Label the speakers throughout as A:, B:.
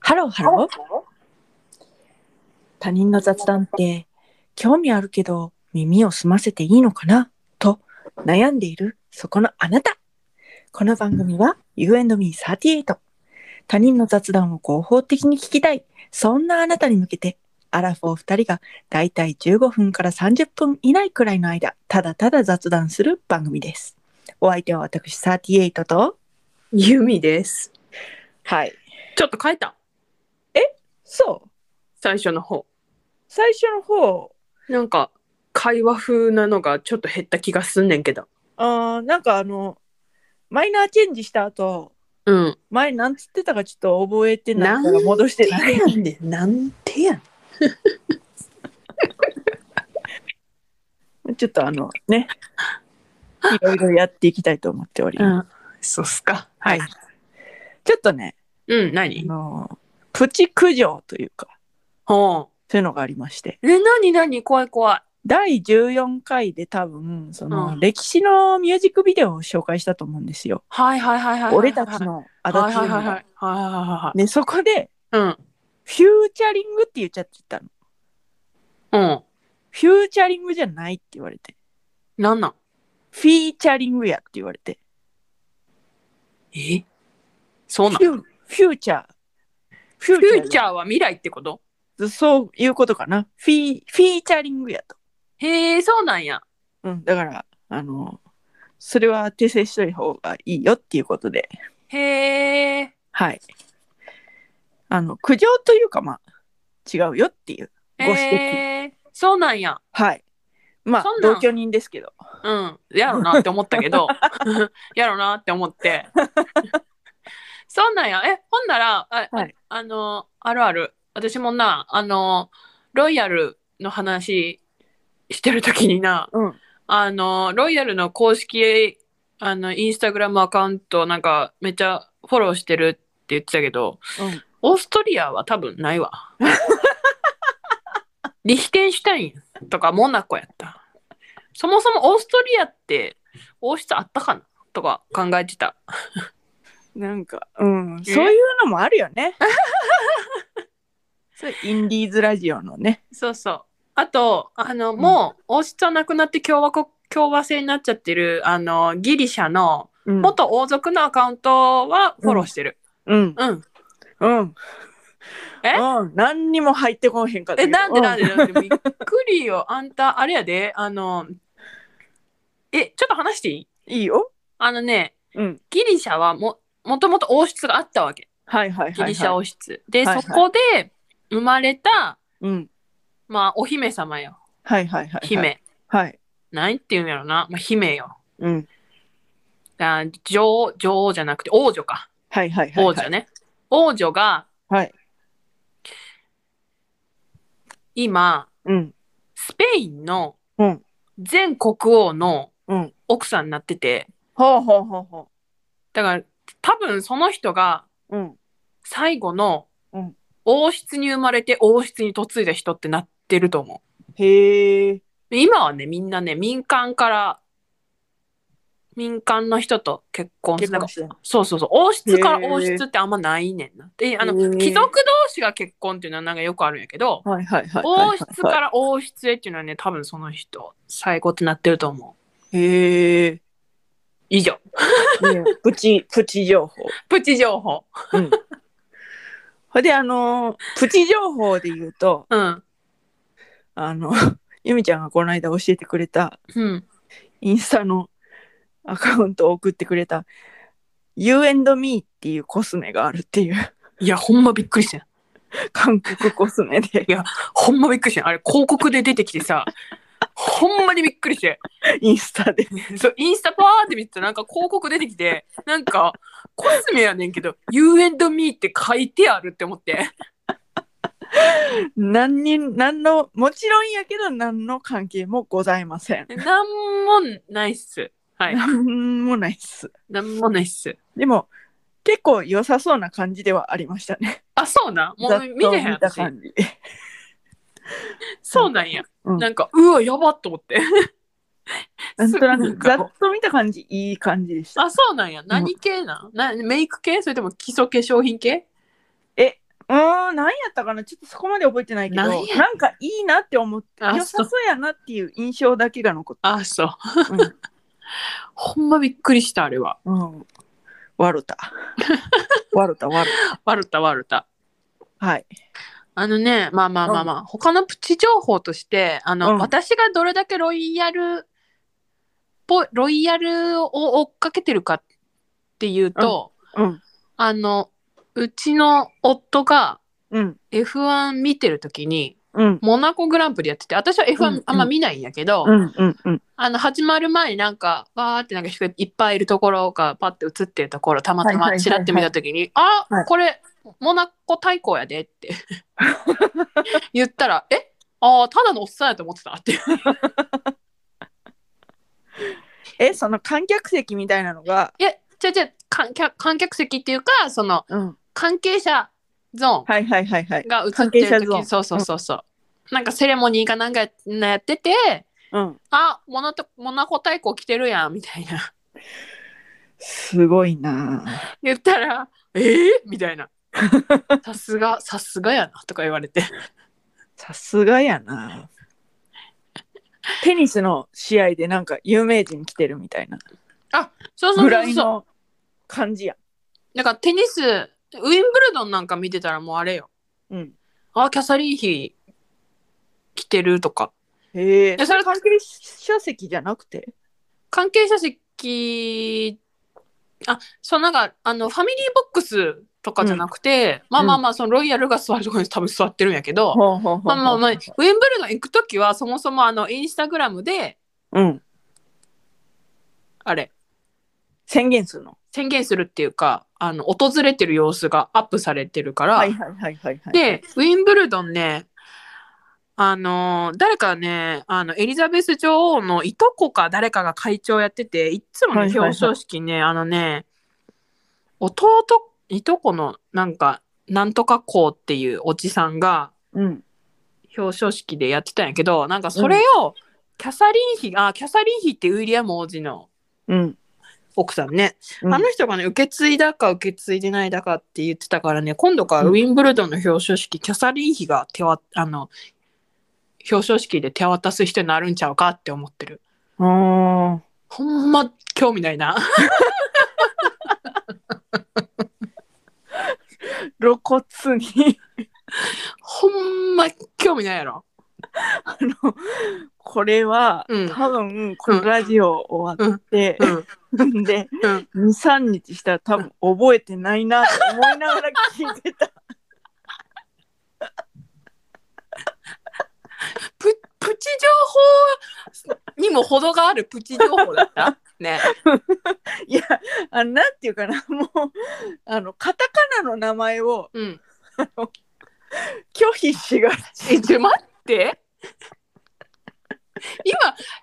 A: ハローハロー。他人の雑談って興味あるけど耳を澄ませていいのかなと悩んでいるそこのあなた。この番組は U&Me38。他人の雑談を合法的に聞きたい。そんなあなたに向けて、アラフォー2人がだいたい15分から30分以内くらいの間、ただただ雑談する番組です。お相手は私38と、
B: ユミです。
A: はい。
B: ちょっと変えた。
A: そう。
B: 最初の方。
A: 最初の方、
B: なんか、会話風なのがちょっと減った気がすんねんけど。
A: あーなんかあのマイナーチェンジした後
B: うん。
A: 前なんつってたかちょっと覚えてないから戻してない
B: やねん。なんてやん。
A: ちょっとあのねいろいろやっていきたいと思っております、
B: ん。そうっすか。
A: はい。ちょっとね、
B: うん、
A: あ
B: 何
A: のプチ苦情というか
B: ほ
A: そういうのがありまして
B: う。え、何何怖い怖い。
A: 第14回で多分その、
B: うん
A: 歴史のミュージックビデオを紹介したと思うんですよ
B: はいはいはいはいはい。
A: 俺たち。の足立
B: は
A: 由
B: いはい
A: 美
B: はいはい。
A: が
B: はいは
A: でそこで
B: いはい。
A: フューチャリングって言っちゃってたの
B: うん。うん。
A: フューチャリングじゃないって言われて
B: なんなん
A: フィーチャリングやって言われて。
B: えそう
A: フ
B: なんフ
A: ュフューチャー。フ
B: ューチ
A: ャ
B: ャーは未来ってこと
A: ー。そういうことかな。フィー、フィーチャリングやと。
B: へえ、そうなんや。
A: うん。だから、あの、それは訂正しといた方がいいよっていうことで。
B: へえ。
A: はい。あの、苦情というか、まあ、違うよっていう。ご指摘
B: へえ。そうなんや。
A: はい。まあ
B: そ、んなん
A: 同居人ですけど。
B: うん、やろなって思ったけど やろなって思ってそんなんやえほんならあ,、
A: はい
B: ああのあるある私もなあのロイヤルの話してる時にな
A: うん。
B: あのロイヤルの公式あのインスタグラムアカウントなんかめっちゃフォローしてるって言ってたけどオーストリアは多分ないわ リヒテンシュタインとかモナコやったそもそもオーストリアって王室あったかなとか考えてた
A: うん。なんか、うん。そういうのもあるよ ね。そうインディーズラジオのね。
B: そうそうあとあのもう王室はなくなって共和国共和制になっちゃってるあのギリシャの
A: うん。
B: 元王族のアカウントはフォローしてる
A: うん。
B: うん、
A: うん。
B: え
A: うん、何にも入ってこへんかった
B: え
A: けど。
B: なんでなん
A: で
B: でなんでびっくりよあんたあれやであのえちょっと話していい
A: いいよ。
B: あのね
A: うん。
B: ギリシャはももともと王室があったわけ
A: はいはいはい、はい。
B: ギリシャ王室、
A: はいはい
B: でそこで生まれた
A: うん。
B: まあお姫様よ
A: はいはいはい、はい。
B: 姫、。
A: はい。
B: 何て言うんやろな、まあ、姫よ
A: うん。
B: あ女王女王じゃなくて王女か
A: はいはいはい、はい。
B: 王女。ね、王女が
A: はい。
B: 今
A: うん。
B: スペインの
A: うん
B: 全国王の
A: うん。
B: 奥さんになってて
A: ほうほうほうほ
B: だから多分その人が
A: う。うん。
B: 最後の
A: うん
B: 王室に生まれて王室に嫁いだ人ってなってると思う
A: へえ。
B: で今はねみんなね民間から民間の人と結婚す
A: 結
B: る
A: 婚してんの
B: そうそうそう王室から
A: へー
B: 王室ってあんまないねんなであの
A: へー
B: 貴族同士が結婚っていうのはなんかよくあるんやけど
A: はいはいはいはいはい、
B: 王室から王室へっていうのはね多分その人最後ってなってると思う
A: へえ。
B: 以上
A: ねプチ、 プチ情報。
B: プチ情報
A: うん。ほいで、あのープチ情報で言うと、
B: うん
A: あの、ゆみちゃんがこの間教えてくれた、
B: うん
A: インスタのアカウントを送ってくれた You and Me っていうコスメがあるっていう
B: いやほんまびっくりしてん
A: 韓国コスメで
B: やほんまびっくりしてんあれ広告で出てきてさほんまにびっくりして
A: インスタで
B: そうインスタパーって見てたらなんか広告出てきてなんかコスメやねんけど「You and me」って書いてあるって思って
A: 何人何のもちろんやけど何の関係もございません、
B: なんもないっすはい
A: 何もないっす
B: なんもないっす
A: でも結構良さそうな感じではありましたね
B: あそうなんも
A: ざっ
B: う
A: と
B: 見てへん
A: 見た
B: 私
A: 感じ
B: そうなんや、
A: うん
B: なんかうわやばっと思って
A: なんとな
B: すごい
A: くざっと見た感じいい感じでした
B: あそうなんや何系なん、なメイク系それとも基礎化粧品系
A: えうーん、何やったかなちょっとそこまで覚えてないけど、
B: 何や
A: なんかいいなって思って、
B: あ
A: 良さ
B: そう
A: そうやなっていう印象だけが残っ
B: あ、そう。
A: た。うん
B: ほんまびっくりした、あれは。
A: うん。わろた。 わろた、わろ
B: ワルタ、ワルタ。
A: た。はい。
B: あのね、まあまあまあまあ、他のプチ情報として、あ
A: う
B: の、
A: ん
B: 私がどれだけロイヤルっぽい、ロイヤルを追っかけてるかっていうと、
A: うん。
B: あの、うちの夫が
A: うん。
B: F1 見てる時に、
A: うん。
B: モナコグランプリやってて、私は
A: うんう
B: F1
A: ん
B: あんま見ないんやけど、
A: うん。うん。うん。
B: あの、始まる前になんか、わーってなんか人がいっぱいいるところがパッて映ってるところ、たまた
A: はいはいはいは
B: ま
A: い
B: ちらって見たときに、あ、
A: はい
B: これ、モナコ対抗やでって 言ったら、えああ、ただのおっさんやと思ってたって。い
A: え、その観客席みたいなのが、
B: や、じゃじゃ観客、観客席っていうか、その、
A: うん。
B: 関係者ゾー
A: はいはいはいはい
B: ン。が映ってる
A: 関係者
B: 時
A: ゾーン
B: に、そうそうそうそう。なんかセレモニーかなんかやってて、
A: うん。
B: あ、モナコモナコ対抗来てるやん、みたいな。
A: すごいな
B: 言ったら「えー?」みたいな「 さすがさすがやな」とか言われて
A: さすがや なテニスの試合でなんか有名人来てるみたいな
B: そうそ
A: ぐ
B: うそ
A: ら
B: う
A: い
B: そ
A: の感じや。
B: うだからテニスウィンブルドンなんか見てたらもうあれよ
A: うん。
B: あキャサリン妃来てるとか
A: へえ。
B: え
A: そ
B: そ
A: れ
B: れ
A: 関係者席じゃなくて。
B: 関係者席あそうなんかあのファミリーボックスとかじゃなくて、まあまあまあそのロイヤルが座るとこに多分座ってるんやけど、
A: ほうほうほう
B: まあまあまあウィンブルドン行く時はそもそもあのインスタグラムで
A: うん。
B: あれ
A: 宣言するの。
B: 宣言するっていうかあの訪れてる様子がアップされてるから、
A: はいはいはいはいはい。
B: でウィンブルドンねあの誰かねあのエリザベス女王のいとこか誰かが会長やってていっつもね、
A: はいはいはい
B: 表彰式ねあのね弟いとこのなんかなんとかこうっていうおじさんが
A: うん。
B: 表彰式でやってたんやけどなんかそれをキャサリン妃、あキャサリン妃ってウィリアム王子の
A: うん。
B: 奥さんね
A: うん
B: あの人がね、受け継いだか受け継いでないだかって言ってたからね、今度からウィンブルドンの表彰式、キャサリン妃が手わあの表彰式で手渡す人になるんちゃうかって思ってる。
A: あ
B: ほんま興味ないな。
A: ー露骨に
B: ほんま興味ないやろ。
A: あのこれは、
B: うん
A: 多分このラジオ終わって、
B: うん。
A: で、
B: うん
A: 23日したら多分覚えてないなと思いながら聞いてた
B: ププチ情報にも程があるプチ情報だ った。ね。
A: いやあのなんていうかなもうあのカタカナの名前を
B: うん。
A: 拒否しがち
B: え、ちょ、待って。今、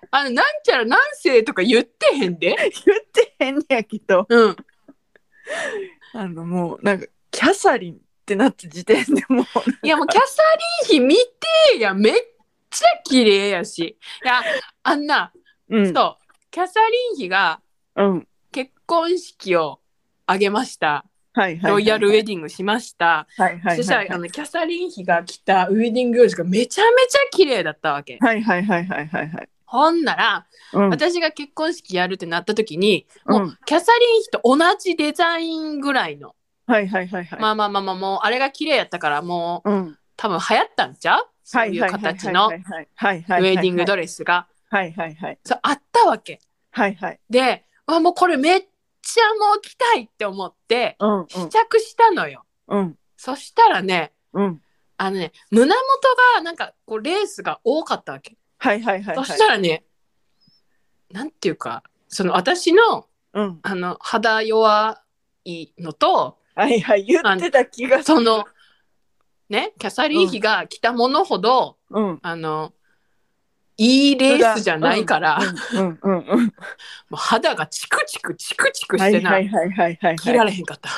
B: あの、なんちゃら何世とか言ってへんで。
A: 言ってへんねやけど
B: うん。
A: あのもうなんかキャサリンってなった時点でもう
B: いやもうキャサリン妃見てやめっちゃ綺麗やしいやあんな、
A: うん
B: そうキャサリン妃が
A: うん
B: 結婚式を挙げました
A: はいはい
B: ロイヤルウェ
A: ディ
B: ディングしました、
A: はいはい
B: そした
A: はい
B: らあのキャサリン妃が着たウェディング用紙がめちゃめちゃ綺麗だったわけ
A: はいはいはいはいはいはい
B: ほんなら、
A: うん
B: 私が結婚式やるってなった時に
A: う
B: も
A: ん
B: キャサリン妃と同じデザインぐらいの、
A: はいはいはいはい
B: まあまあまあまあもうあれが綺麗やったからもう
A: うん
B: 多分流行ったんちゃうそ
A: は
B: うい
A: いうはいはい
B: 形
A: は
B: の
A: いはいはい
B: ウ
A: はいはい
B: ェディングドレスが。
A: はいはいはい
B: そうあったわけ
A: はいはい
B: でわもうこれめっちゃもう着たいって思って
A: うんうん
B: 試着したのよ、
A: うん
B: そしたらね
A: うん
B: あのね胸元がなんかこうレースが多かったわけ、
A: はいはいはいはい
B: そしたらねなんていうかその私の
A: うん
B: あの肌弱い のと
A: はいはい言ってた気がする
B: そのねキャサリン妃が着たものほど、
A: うん
B: あのいいレースじゃないから、も
A: うんうんうん
B: う肌がチクチクチクチク
A: は
B: し
A: い
B: てな、
A: はいはいはいはい
B: 着
A: は
B: ら
A: い
B: れへんかった。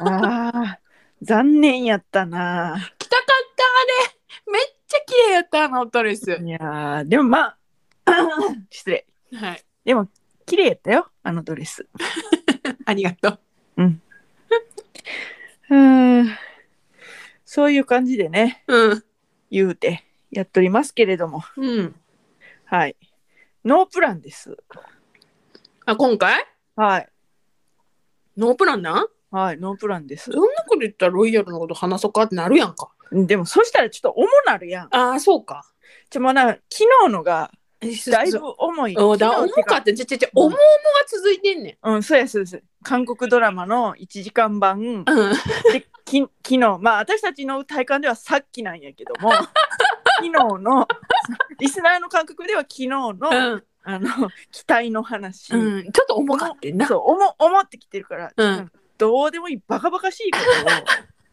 A: ああ残念やったな
B: 着たかったあれめっちゃ綺麗やったあのドレス、
A: いやーでも まあ失礼
B: はい
A: でも綺麗やったよあのドレス
B: ありがとう
A: うーんそういう感じでね、
B: うん。
A: 言うてやっとりますけれども、
B: うん。
A: はい。ノープランです。
B: あ、今回
A: はい。
B: ノープランなん
A: はい、ノープランです
B: そ。んなこと言ったらロイヤルのこと話そうかってなるやんか。
A: でも、そしたらちょっと重なるやん。
B: ああ、そうか。
A: ちょ、まあな、昨日のがだいぶ重い。
B: おだ
A: 昨
B: 重
A: 日て
B: かって、ちょちょちょ、
A: うん
B: 重々が続いてんね
A: うん、そうやそうです。韓国ドラマの1時間版
B: ん。うん。
A: でき昨日まあ私たちの体感ではさっきなんやけど も昨日のリスナーの感覚では昨日の,、
B: うん。
A: あの期待の話、
B: うん、ちょっと重かってんな。
A: そう思思ってきてるから、
B: うん
A: どうでもいいバカバカしいことを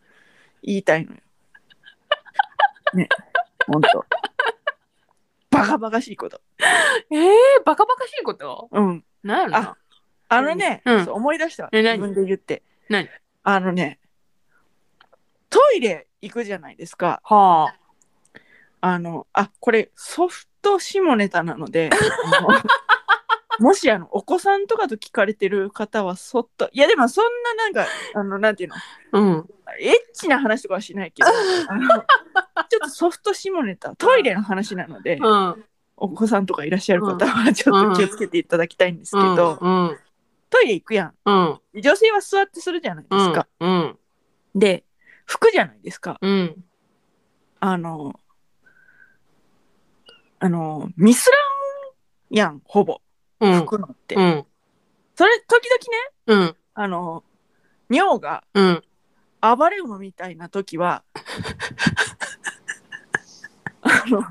A: 言いたいのよ。ね本当バカバカしいこと。
B: ええー、バカバカしいこと
A: うん、
B: なんやろな。
A: あのね、
B: うん
A: そう思い出したわ
B: え何
A: 自分で言って
B: 何
A: あのねトイレ行くじゃないですか。
B: はあ。
A: あの、あ、これソフト下ネタなので、あ のもしあのお子さんとかと聞かれてる方はそっと、いやでもそんななんか、あの、なんていうの、
B: うん。
A: エッチな話とかはしない けど、あのちょっとソフト下ネタ、トイレの話なので、
B: うん。
A: お子さんとかいらっしゃる方はちょっと気をつけていただきたいんですけど、
B: うん。
A: トイレ行くや
B: うん。
A: ん。女性は座ってするじゃないで
B: う
A: す
B: ん。
A: か。
B: うん。
A: で、服じゃないですか。
B: うん。
A: あの、あの、ミスらんやん、ほぼ。
B: うん。
A: 服のって。
B: うん。
A: それ、時々ね、
B: うん。
A: あの、尿が
B: うん。
A: 暴れ馬みたいな時は、 あの、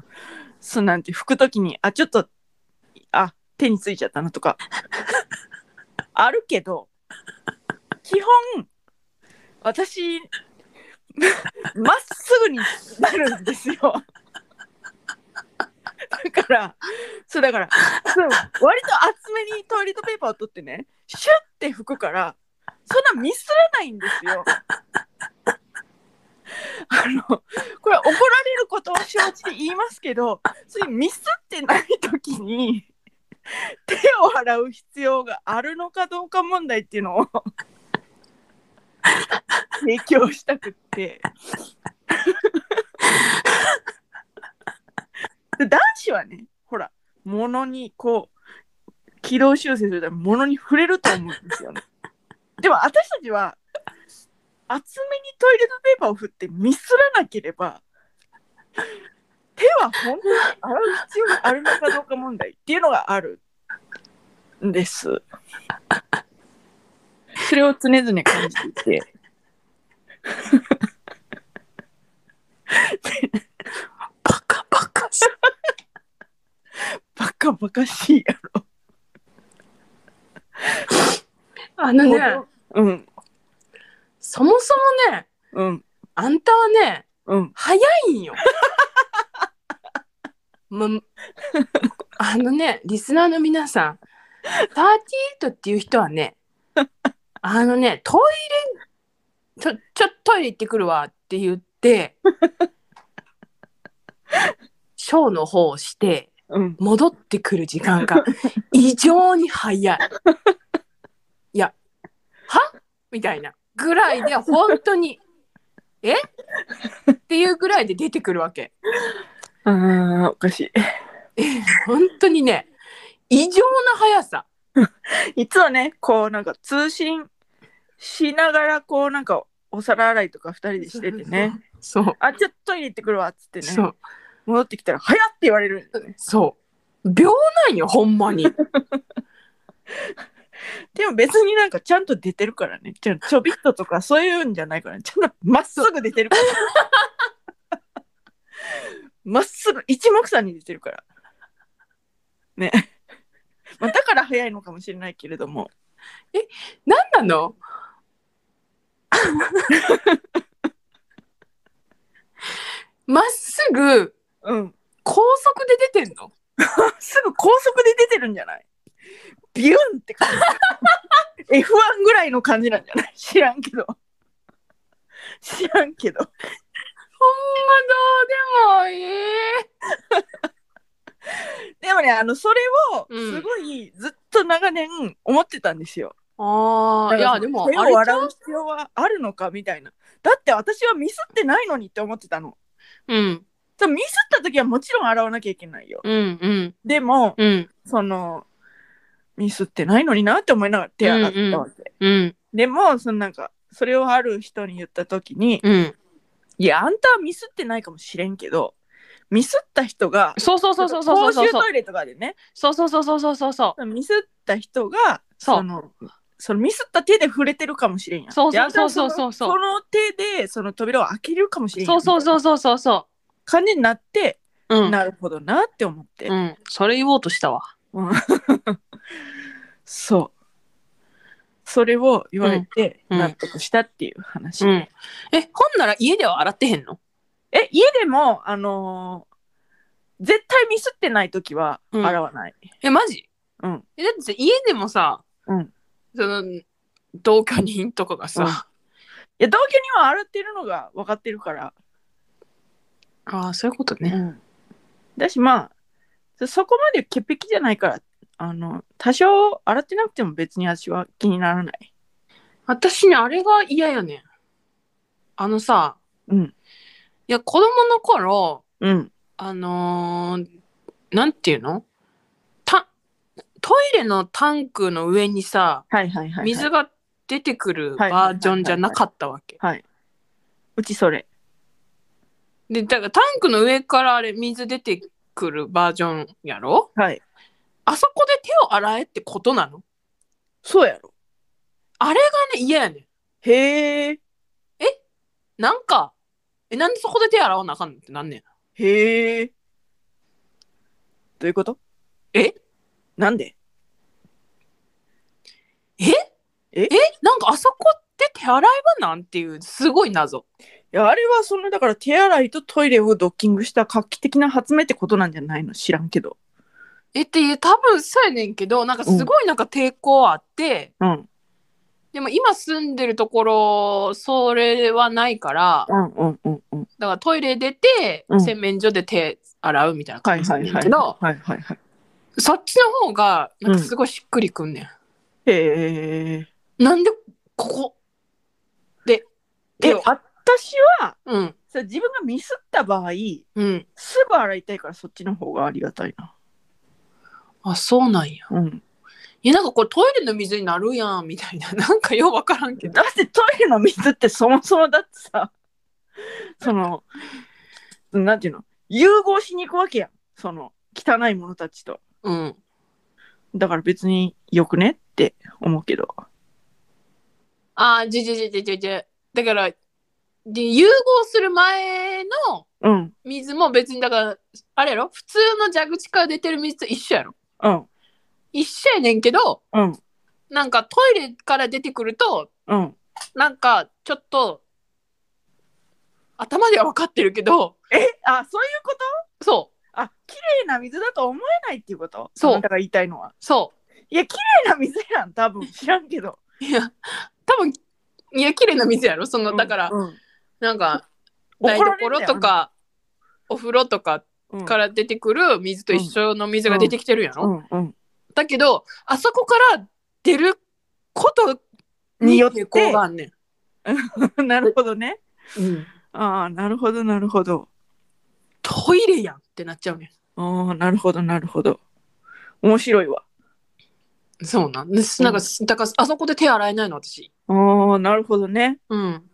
A: そうなんて、拭く時に、あ、ちょっと、あ、手についちゃったなとか、あるけど、基本、私、まっすぐになるんですよ。だから、そうだから、そう割と厚めにトイレットペーパーを取ってね、シュッて拭くから、そんなミスらないんですよ。あの、これ怒られることを承知で言いますけど、そういうミスってない時に、手を洗う必要があるのかどうか問題っていうのを 提供したくって。で男子はね、ほら、物にこう、軌道修正するために物に触れると思うんですよね。でも私たちは厚めにトイレットペーパーを振ってミスらなければ手は本当に洗う必要があるのかどうか問題っていうのがあるんです。それを常々感じていて。
B: バカバカしい。
A: バカバカしいや
B: あの
A: ろ。
B: ね、
A: うん、
B: そもそもね、
A: うん、
B: あんたはね、
A: うん。
B: 早いんよ。ま、あのね、リスナーの皆さん、38っていう人はね、あのね、トイレ、ちょ、ちょ、トイレ行ってくるわって言って、ショーの方をして、
A: うん、
B: 戻ってくる時間が異常に早い。いや、はみたいなぐらいで本当に、えっていうぐらいで出てくるわけ。
A: ああ、おかし
B: 本当にね、異常な速さ。
A: い。いつもね、こうなんか通信しながら、こうなんかお皿洗いとか二人でしててね。
B: そう。
A: あ、ちょっとトイレ行ってくるわっつってね。
B: そう。
A: 戻ってきたら「早っ!」って言われるんだよね
B: そう。秒なんよ、ほんまに。
A: でも別になんかちゃんと出てるからねちゃんちょびっとと かそういうんじゃないからねちゃんとまっすぐ出てるから まっすぐ一目散に出てるからね、まあ、だから早いのかもしれないけれども
B: 何なのまっすぐ
A: うん
B: 高速で出てんの
A: すぐ高速で出てるんじゃないビュンって感じ F1 ぐらいの感じなんじゃない知らんけど知らんけど
B: ほんまどうでもいい。
A: でもね、あの、それを、
B: うん
A: すごい、ずっと長年思ってたんですよ。
B: ああ、い
A: だか
B: や、
A: ら
B: でも、
A: 手
B: あれ
A: を
B: ちゃ
A: 洗
B: う
A: う必要はあるのかみたいな。だって私はミスってないのにって思ってたの。
B: うん
A: そうミスった時はもちろん洗わなきゃいけないよ。
B: うんうん
A: でも、
B: うん
A: その、ミスってないのになって思いながら手洗ったわけ。
B: うん
A: でも、そのなんか、それをある人に言った時に、
B: うん
A: いや、あんたはミスってないかもしれんけど、ミスった人が、
B: そうそうそうそうそうそう
A: 公衆
B: そう
A: トイレとかでね、
B: そうそうそうそうそうそうそう
A: ミスった人が、
B: そう
A: の、そのミスった手で触れてるかもしれんやん。
B: そうそう
A: であんたは
B: そう
A: の
B: そうそう
A: その手で、その扉を開けるかもしれんや
B: そ
A: ん。
B: うそうそううそうそうそ
A: 感じになって、
B: ううん
A: なるほどなって思って。
B: うんそれ言おうとしたわ
A: うん そう。それを言われて、
B: うんうん
A: 納得したっていう話。
B: うんえほんなら家では洗ってへんの
A: え、家でも、あのー絶対ミスってないときは
B: うん
A: 洗わない。
B: えマジ
A: うん。
B: えだってさ家でもさ、
A: うん
B: その同居人とかが
A: うん
B: さ、
A: いや、同居には洗ってるのが分かってるから。
B: ああそういうことね、
A: ん。だし、まあ、そそこまで潔癖じゃないから、あの、多少洗ってなくても別に私は気にならない。
B: 私ねあれが嫌やねんあのさ
A: うん。
B: いや子供の頃
A: うん。
B: あのーなんていうのたトイレのタンクの上にさ
A: はいはいはい、はい。
B: 水が出てく
A: は
B: る
A: いはいはい
B: バ
A: はい
B: ージョンじゃなかったわけ
A: うちそれ。
B: でだからタンクの上からあれ水出てくるバージョンやろ
A: はい。
B: あそこで手を洗えってことなの
A: そうやろ。
B: あれがね嫌やねん
A: へえ。
B: なんか、え、なんでそこで手洗わなあかんのってなんねん。
A: へえ。どういうこと
B: え
A: なんで
B: え、なんかあそこって手洗い場なんていう、すごい謎。
A: いやあれはそのだから手洗いとトイレをドッキングした画期的な発明ってことなんじゃないの知らんけど。
B: えっていう、多分そうやねんけど、なんかすごいなんか抵抗あって、
A: うん
B: でも今住んでるところ、それはないから、
A: うんうんうんうん。
B: だからトイレ出て
A: う、ん
B: 洗面所で手洗うみたいな
A: は
B: 感
A: い
B: じな
A: は
B: ん
A: い
B: や
A: はい。
B: けど、
A: はいはいはい。
B: そっちの方が、なんかすごいしっくりくんねん。
A: へえ。
B: なんで、ここで、手
A: え、
B: を、
A: 私は
B: うん、
A: さ自分がミスった場合、
B: うん。
A: すぐ洗いたいからそっちの方がありがたいな。
B: あ、そうなんや。
A: うん。
B: いやなんかこれトイレの水になるやんみたいな なんかよう分からんけど
A: だってトイレの水ってそもそもだってさ、その、なんていうの、融合しに行くわけやん。その、汚い者たちと。
B: うん
A: だから別によくねって思うけど。
B: あーじじじじじじだからで融合する前の
A: うん。
B: 水も別にだからあれやろ普通の蛇口から出てる水と一緒やろ
A: うん。
B: 一緒やねんけど
A: うん。
B: なんかトイレから出てくると
A: うん。
B: なんかちょっと頭では分かってるけ
A: あ、
B: ど
A: そういうこと
B: そ
A: あ、綺麗な水だと思えないっていうこと
B: そう
A: あなたが言いたいのは。
B: うそ
A: いや、綺麗な水やん、多分。知らんけど。
B: ういや多分いや綺麗な水やろそのだから、
A: うん
B: なんか
A: 怒
B: 台
A: られる
B: 所とかお風呂とか
A: うん
B: から出てくる水と一緒の水が出てきてるやろ、
A: うん うん。
B: だけどあそこから出ること
A: に
B: に
A: よっ
B: 抵抗
A: て
B: が、あんね
A: なるほどね。
B: ん、
A: ああ、なるほど、なるほど。
B: トイレやんってなっちゃうね
A: ああ、なるほど、なるほど。面白いわ。
B: んそうなんですなんか、だからあそこで手洗えないの私
A: ああ、なるほどね。
B: うん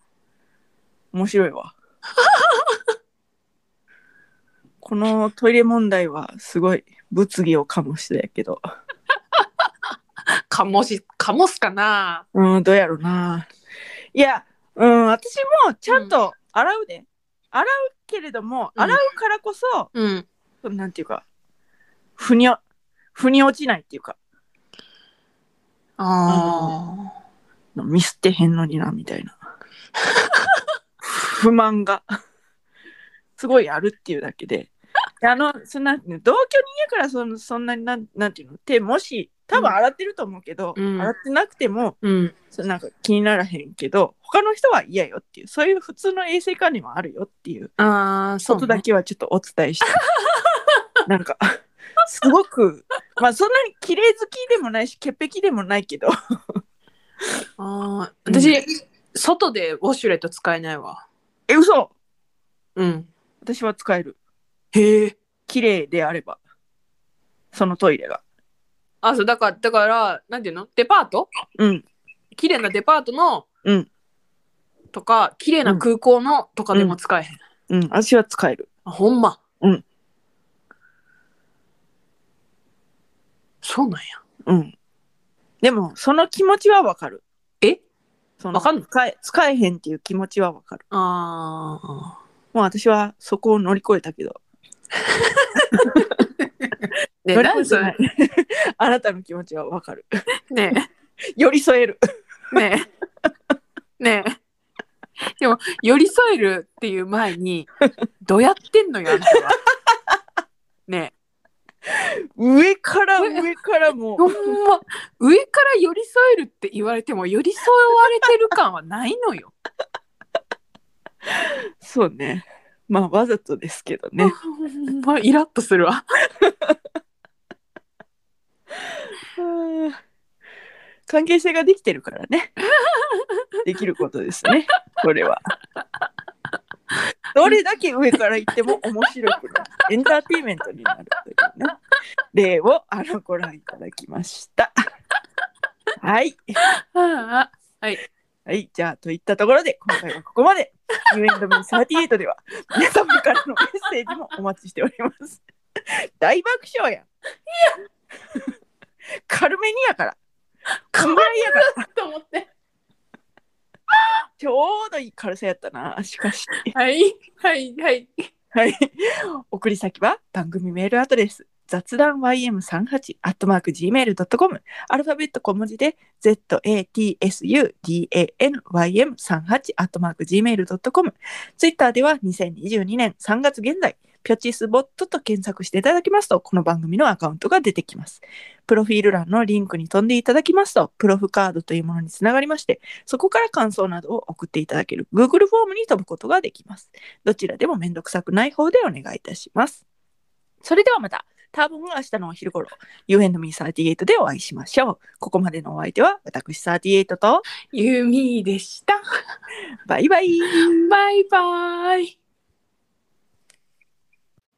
A: 面白いわ。このトイレ問題はすごい物議を醸してやけど。
B: かもしかもすかな
A: うん、どうやろな。いや、うん、私もちゃんと洗うで。洗うけれども、
B: うん
A: 洗うからこそ、
B: うん
A: そのなんていうか、ふにょ、ふに落ちないっていうか、
B: あ
A: ミスってへんのにな、みたいな。不満が、すごいあるっていうだけで。であの、そんな、同居人やからその、そんなになん、なんていうの、手、もし、多分洗ってると思うけど、
B: うん
A: 洗ってなくても、
B: ーうん
A: それなんか気にならへんけど他の人は嫌よっていうそういう普通の衛生管理もあるよっていう
B: ああ
A: こ
B: そう
A: とだ
B: ね
A: けはちょっとお伝え して、なんかすごくまあそんなに綺麗好きでもないし潔癖でもないけど
B: あー
A: うん
B: 私、外でウォシュレット使えないわ。
A: え、嘘
B: うん。
A: 私は使える。
B: へえ。
A: 綺麗であれば。そのトイレが。
B: あ、そう、だから、だから、なんていうのデパート
A: うん。
B: 綺麗なデパートの、
A: うん
B: とか、綺麗な空港のとかでも使えへん。
A: うん。私は使える。
B: あ、ほんま。
A: うん。
B: そうなんや。
A: うん。でも、その気持ちはわかる。
B: え
A: その
B: わかんの
A: 使え、使えへんっていう気持ちはわかる。
B: ああ。
A: もう私はそこを乗り越えたけど。
B: ね
A: 乗
B: え、
A: り
B: 何
A: 越
B: そ
A: え
B: れ。
A: てないあなたの気持ちはわかる。
B: ね
A: 寄り添える。
B: え、ね え。ねえ。でも、寄り添えるっていう前に、どうやってんのよ、あなたは。ね
A: 上から上からも
B: え。
A: う
B: ほんま、上から寄り添えるって言われても、寄り添われてる感はないのよ。
A: そうね。まあわざとですけどね。
B: ほんま、イラッとするわ。
A: うん関係性ができてるからね。できることですね。これは。どれだけ上から言っても面白くなる。エンターテインメントになるというね。例をあのご覧いただきました。はい。
B: ああ
A: はい、じゃあといったところで今回はここまで U&B38 では皆様からのメッセージもお待ちしております大爆笑やん軽めにやから軽め
B: 軽
A: にやから
B: と思って。
A: ちょうどいい軽さやったなしかし
B: はい、はい、はい。
A: はい 送り先は番組メールアドレス雑談 ym38 アットマーク gmail.com アルファベット小文字で zatsudanym38 アットマーク gmail.com ツイッターでは2022年3月現在ピョチスボットと検索していただきますとこの番組のアカウントが出てきますプロフィール欄のリンクに飛んでいただきますとプロフカードというものにつながりましてそこから感想などを送っていただける Google フォームに飛ぶことができますどちらでもめんどくさくない方でお願いいたします。それではまた、多分明日のお昼頃、U&Me38 でお会いしましょう。ここまでのお相手は、私38と、
B: ゆみでした。
A: バイバイ。
B: バイバイ。